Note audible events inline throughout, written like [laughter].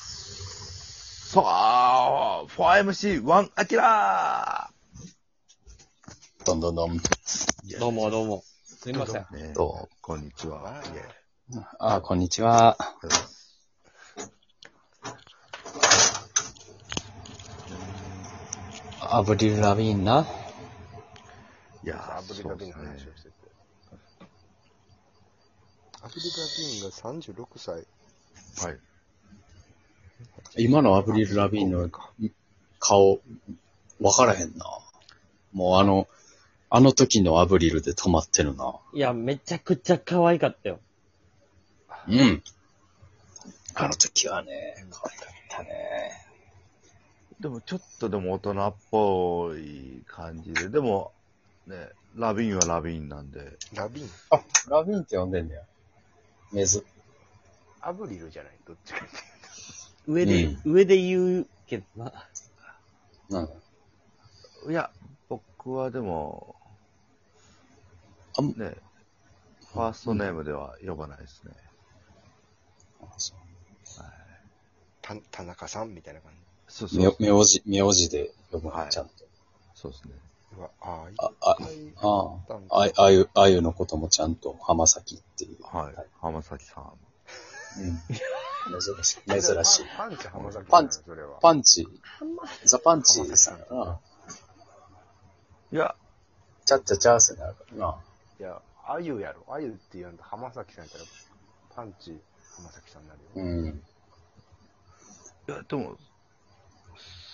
Yes! さあ、4MC1 アキラどんどんどん。ーどうもどうも。すいません。ねどこんにちは。いえあー、こんにちは。アブリル・ラビーンな。いやアー、ブリそカうでビンのすね話をしてて。アブリカビンが36歳。はい。今のアブリル・ラビーンの顔、わからへんな。もうあの、あの時のアブリルで止まってるな。いや、めちゃくちゃ可愛かったよ。うん。あの時はね、可愛かったね。でも、ちょっとでも大人っぽい感じで、でも、ね、ラビーンはラビーンなんで、ラビンあ、ラビーンって呼んでんだよ。メズ。アブリルじゃないどっちかっていう上で、うん上で言うけどな。うん。いや、僕はでも、あんね、ファーストネームでは呼ばないですね。た田中さんみたいな感じ。そうそう名名字、名字で呼ぶはの、いちゃんと。そうですね。うわ、ああ、いっあ、あ、ぱいあったんあ、あだ。あゆ、あゆのこともちゃんと浜崎っていう。はいはい。浜崎さん。うん。珍しい。珍しい。パンパンチ浜崎パンチだよそれは。パンチ、ザパンチさんやな。いや、ちゃっちゃちゃーせなるからな。いや、あゆやろ。あゆって言うんと浜崎さんやったら、パンチ浜崎さんになるよ。うん。いや、でも、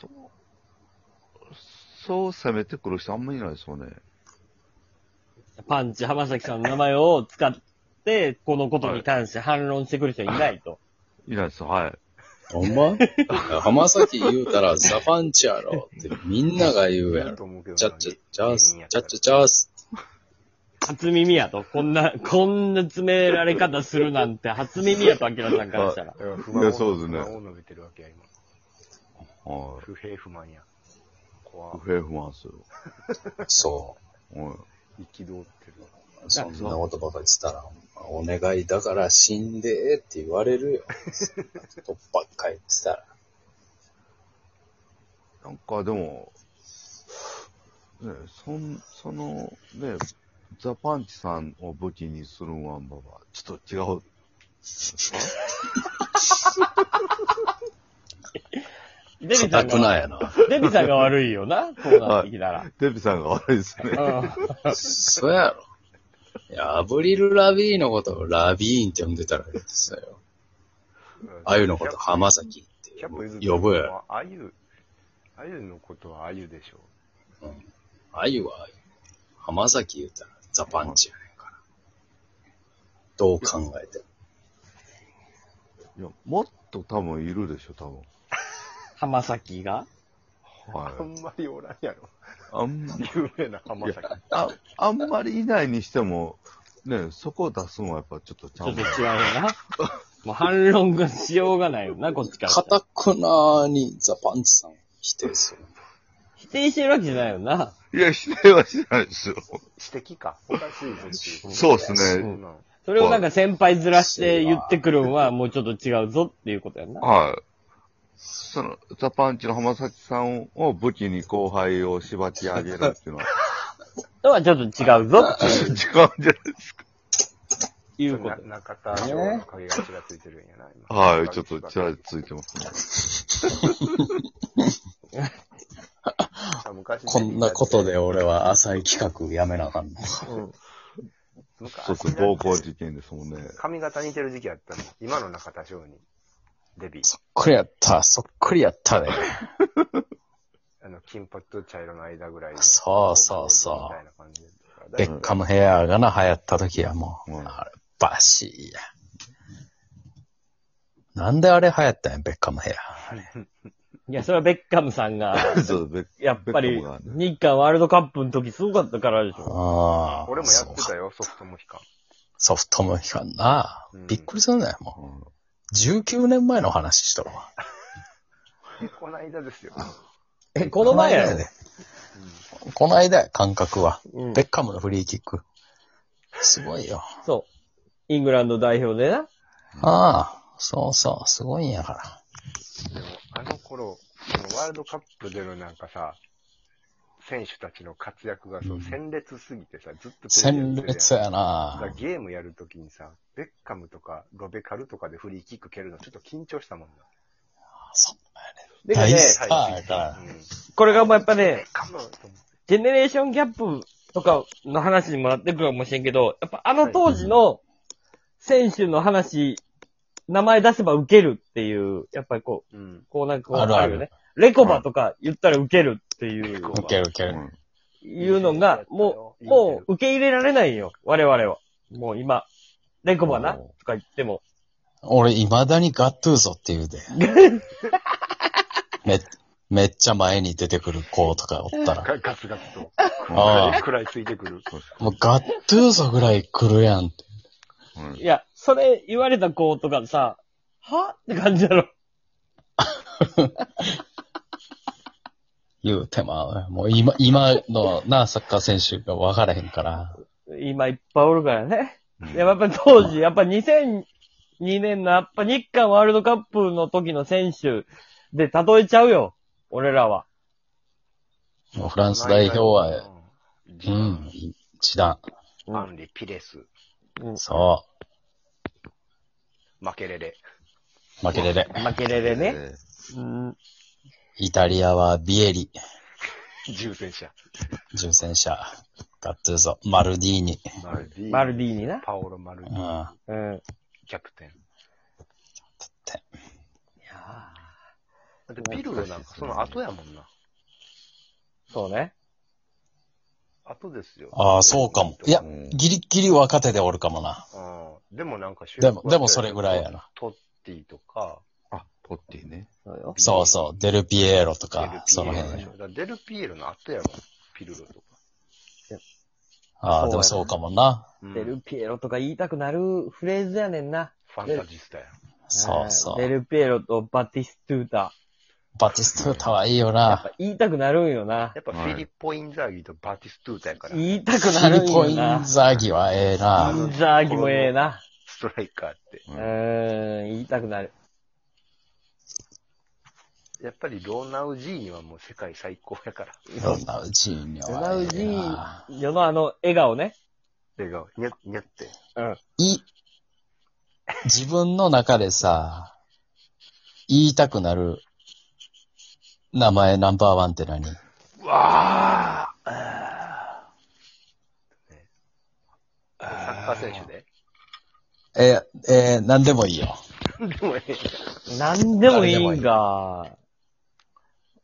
そう、そう攻めてくる人あんまりいないですよね。パンチ浜崎さんの名前を使って、このことに関して反論してくる人いないと。いないです、はい。ほんま [laughs] 浜崎言うたらザパンチやろってみんなが言うやいいろ。と思うけどなちゃっちゃちゃーす。ちゃっちゃちちゃーす。初耳やと。こんな、こんな詰められ方するなんて初耳やと、アキラさんからしたら。ゃ。いや不満いをやそうですね不満を述べてるわけや、今。はい。不平不満や。怖不平不満っすよ。そはい。憤ってる。う。そんなことばかりしたら、お願いだから死んでって言われるよ。とっばっかり言ってたら。なんかでも、ね、そんその、ね、ザ・パンチさんを武器にするんはんばば、ちょっと違う。デビさ硬んくなが、いやな。デビさんが悪いよな。こうなってきたら。デビさんが悪いですね。うそうやろ。いや、アブリル・ラビーンのことをラビーンって呼んでたらいいですよ。あゆのこと浜崎って100歩譲って呼ぶや。あゆ、あゆのことはあゆでしょあゆはあゆ。浜崎言うたらザ・パンチやねんから。どう考えても。いや、もっと多分いるでしょ、多浜崎が分。はあい。んまりおらんやろ。あんま有名な浜崎。ああんまりいないにしても、ね、そこを出すのはやっぱちょっとちちゃょっうと違うよな。もう反論がしようがないよな、こっちからしたら。かたくなにザ・パンチさんを否定する。否定してるわけじゃないよな。いや、否定はしないですよ。指摘か。おかしいぞっていう。そうですそね。んなんそれをなんか先輩ずらして言ってくるんはもうちょっと違うぞっていうことやな。はい。その、ザ・パンチの浜崎さんを武器に後輩をしばき上げるっていうのは、とはちょっと違うぞっ違うんじゃないですか。ていうこと。な中田翔の影がちらついてるんやな、今はい、ちょっとちらついてますね。あ昔こんなことで俺は浅い企画やめなあかんの。そうですね、暴行事件ですもんね。髪型似てる時期あったの。今の中田翔に。デビー。そっくりやった、そっくりやったね。あの、金髪と茶色の間ぐらいの。そうそうそうみたいな感じで。ベッカムヘアがな、流行った時や、もう。うんあれ、バシーや。なんであれ流行ったんや、ベッカムヘア。いや、それはベッカムさんが、 [laughs] そう、ベッやっぱベりッカムが日韓ワールドカップの時すごかったからでしょ。ああ。俺もやってそうたよ、ソフトモヒカン。ソフトもいかんなう。んびっくりするね、もうんう。19年前の話しとるわ。えこの間ですよ。え、この前やこの間ろ。で。この間や、感覚は。うんベッカムのフリーキック。すごいよ。そう。イングランド代表でな。ああ。そうそう、すごいんやから。でも、あの頃、そのワールドカップでのなんかさ、選手たちの活躍がそううん鮮烈すぎてさ、ずっとテレビ鮮でやってるやん烈やだからなゲームやるときにさ、ベッカムとかロベカルとかでフリーキック蹴るのちょっと緊張したもんな。そで大ね、スターやからうん、ベッこれがもうやっぱね、カムと思ってジェネレーションギャップとかの話にもなってくるかもしれんけど、やっぱあの当時の選手の話、名前出せば受けるっていう、やっぱりこう、うん。こうなんかこうあるあるよね。レコバとか言ったら受けるっていう、ウケるウケうる。ん。いうのが、もう、もう受け入れられないよ、我々は。もう今、レコバな、とか言っても。俺、未だにガットゥーゾって言う [laughs] で。め、めっちゃ前に出てくる子とかおったら。ガガツガツと、ああくらいついてくる。もうガットゥーゾぐらい来るやんって。うんいや、それ言われた子とかさ、はって感じだろ。言うてまう。もう今、今のな、サッカー選手が分からへんから。今いっぱいおるからね。うんいや、やっぱり当時、やっぱ2002年の、やっぱ日韓ワールドカップの時の選手で例えちゃうよ。俺らは。もうフランス代表は、ううん。ん、一段。アンリ、ピレス、そマケレレ。う。負けれれ。負けれれね。えうん。イタリアはビエリ、重戦車。重戦車。ガットゥーゾ、マルディーニ。マルディーニマルディーニな。パオロ・マルディうーニん。うん。キャプテン。いやだってビルドなんかその後やもんな。ーそうね。後ですよ。ああ、そうかも。いや、ギリギリ若手でおるかもな。うん。でもなんか主でも、でもそれぐらいや。な。トッティとか、あ、ポッティね。そうよ。そうそう、デルピエーロとデルか、ピそのエロで辺しょ。。だからデルピエロの後やもん。ピルロとか。ああ、でもそうかもな。うんデルピエロとか言いたくなるフレーズやねんな。ファンタジスタや。そうそデう。ルピエロとバティストゥータ。バティストゥータはいいよやっな。ぱ言いたくなるんよな。やっぱフィリッポ・インザーギとバティストゥータやから。言いたくフなィるんリポよインな。ザーギはええイな。ンザーギもええな。ストライカーって。ううんーん、言いたくなる。やっぱりローナウジーニはもう世界最高やから。ロナウジーニョロナはウえジえーな。世のあの笑顔ね。笑顔。にゃ、にゃって。い、自分の中でさ、言いたくなる名前ナンバーワンって何うわああーねサッカー選手でえ、えー、何でもいいよ。でもええ。なんでもいいんか。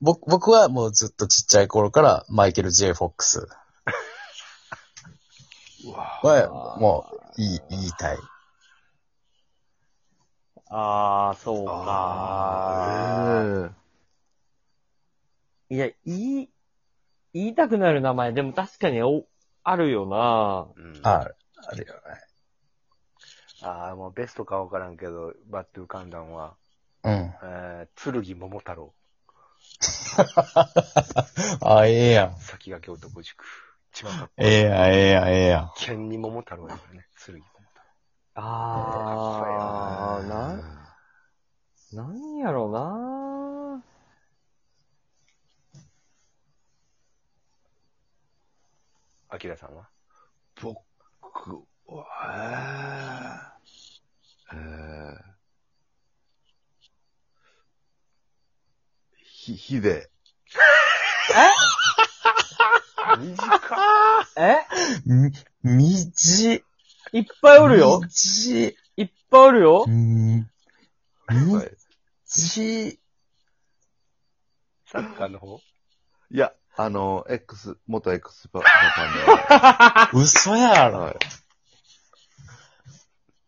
僕、僕はもうずっとちっちゃい頃からマイケル・ J ・フォックスうわはもういい、言いたい。ああ、そうか。あいや、言い、言いたくなる名前、でも確かにお、あるよな。うん、ああ、あるよね。あ、もうベストかわからんけど、バットゥーカンダンは、うん。えー、剣桃太郎、あ、ええやん。先駆け男塾、千葉かっこいいええやん、ええやん、ええやん。剣に桃太郎やからね、剣桃太ああ、あな、なんやろな。郎。アキラさんは僕は、えーえー、ひ、ひで、短えみ、みじ。いっぱいおるよみ。じ。いっぱいおるよう。ん。みはい。じ。サッカーの方いや、あの、X、元 X パパ嘘やンの、ろ。はい。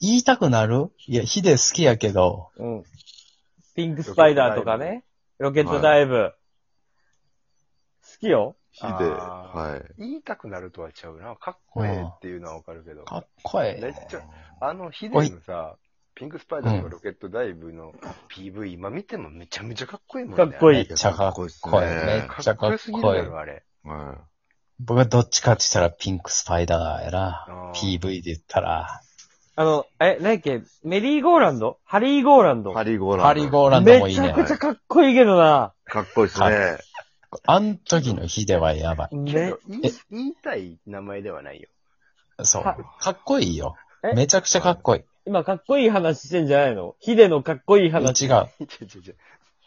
言いたくなるいや、ヒデ好きやけど。うん。ピンクスパイダーとかね。ロケットダイブ。好きよ。ひで、あーはい。言いたくなるとはちゃうな。かっこええっていうのはわかるけど。かっこええめっね。ちゃ、あの、ヒデのさ、ピンクスパイダーのロケットダイブの PV、今見てもめちゃめちゃかっこいいもんね。かっこいめいっちゃかっこいいかっこいいっすねめっちかゃっかこっよすぎるこいやい。ろ、あれ。は僕はどっちかって言ったらピンクスパイダーやあな。ー PV で言ったら。あの、え、何やっけ、メリーゴーランドハリーゴーランドハリーゴーランド。ハリー・ゴーランドもいいめねちゃ。くちゃかっこいいけどな。かっこいいですね。あん時のヒデはやばね。言い言いたい名前ではないよ。 [laughs] い。そうは。かっこいいよえ。めちゃくちゃかっこいい。今かっこいい話してんじゃないのヒデのかっこいい話。違う。ちょちょ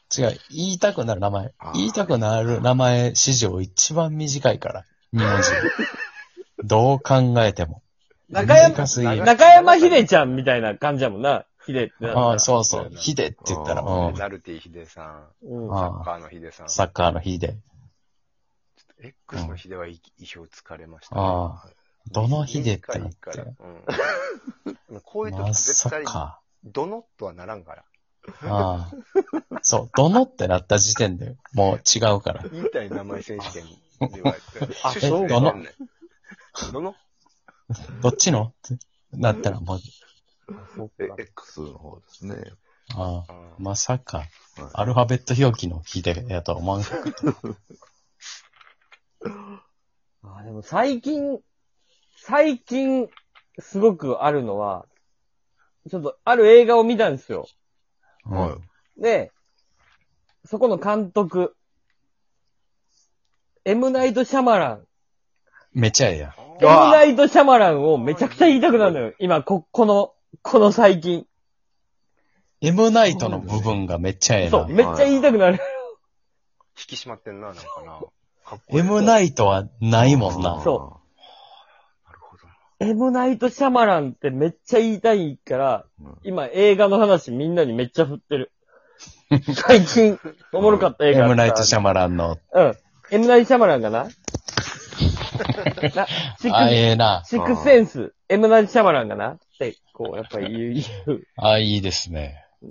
ちょ違う。言いたくなる名前あー。言いたくなる名前史上一番短いから。日本人。どう考えても。中山短すぎる。中山ヒデちゃんみたいな感じやもんな。ヒデってなったらああ、そうそう。ヒデって言ったら、あうん。ナルティヒデさん、うん。あサッカーのヒデさん、サッカーのヒデ。 X のヒデは意意表つかれましたね、ああ。どのヒデってなっ短いて。からうん [laughs] こういうま時さ絶対、か。どのとはならんから。ああ。そう、どのってなった時点でもう違うから。言いたい名前選手権では、 [laughs] あ趣そ旨うがどのねどのどっちのってなったらもう、そっかえ X の方ですね。あああーまさか、はアルファベット表記の日でやとは思わんかった。あでも最近、最近、すごくあるのは、ちょっとある映画を見たんですよ。い。はで、そこの監督、エムナイト・シャマラン。い。めちゃええやん。エムわナイト・シャマランをめちゃくちゃ言いたくなるのよ。今、こ、この、この最近。エムナイトの部分がめっちゃええそなう、。めっちゃ言いたくなる。引き締まってんな、なんかな。かっこいい。エムなナイトはないもんあーな。そるほどな。エムナイト・シャマランってめっちゃ言いたいからうん、今映画の話みんなにめっちゃ振ってる。最近、おもろかった映エ画あった。ムナイト・シャマランの、うん。エムナイト・シャマラン [laughs] かななシあ、えックえな。スシックスセンス、エムナイト・シャマランかなって、こう、やっぱり言う。言うあ、いいですね。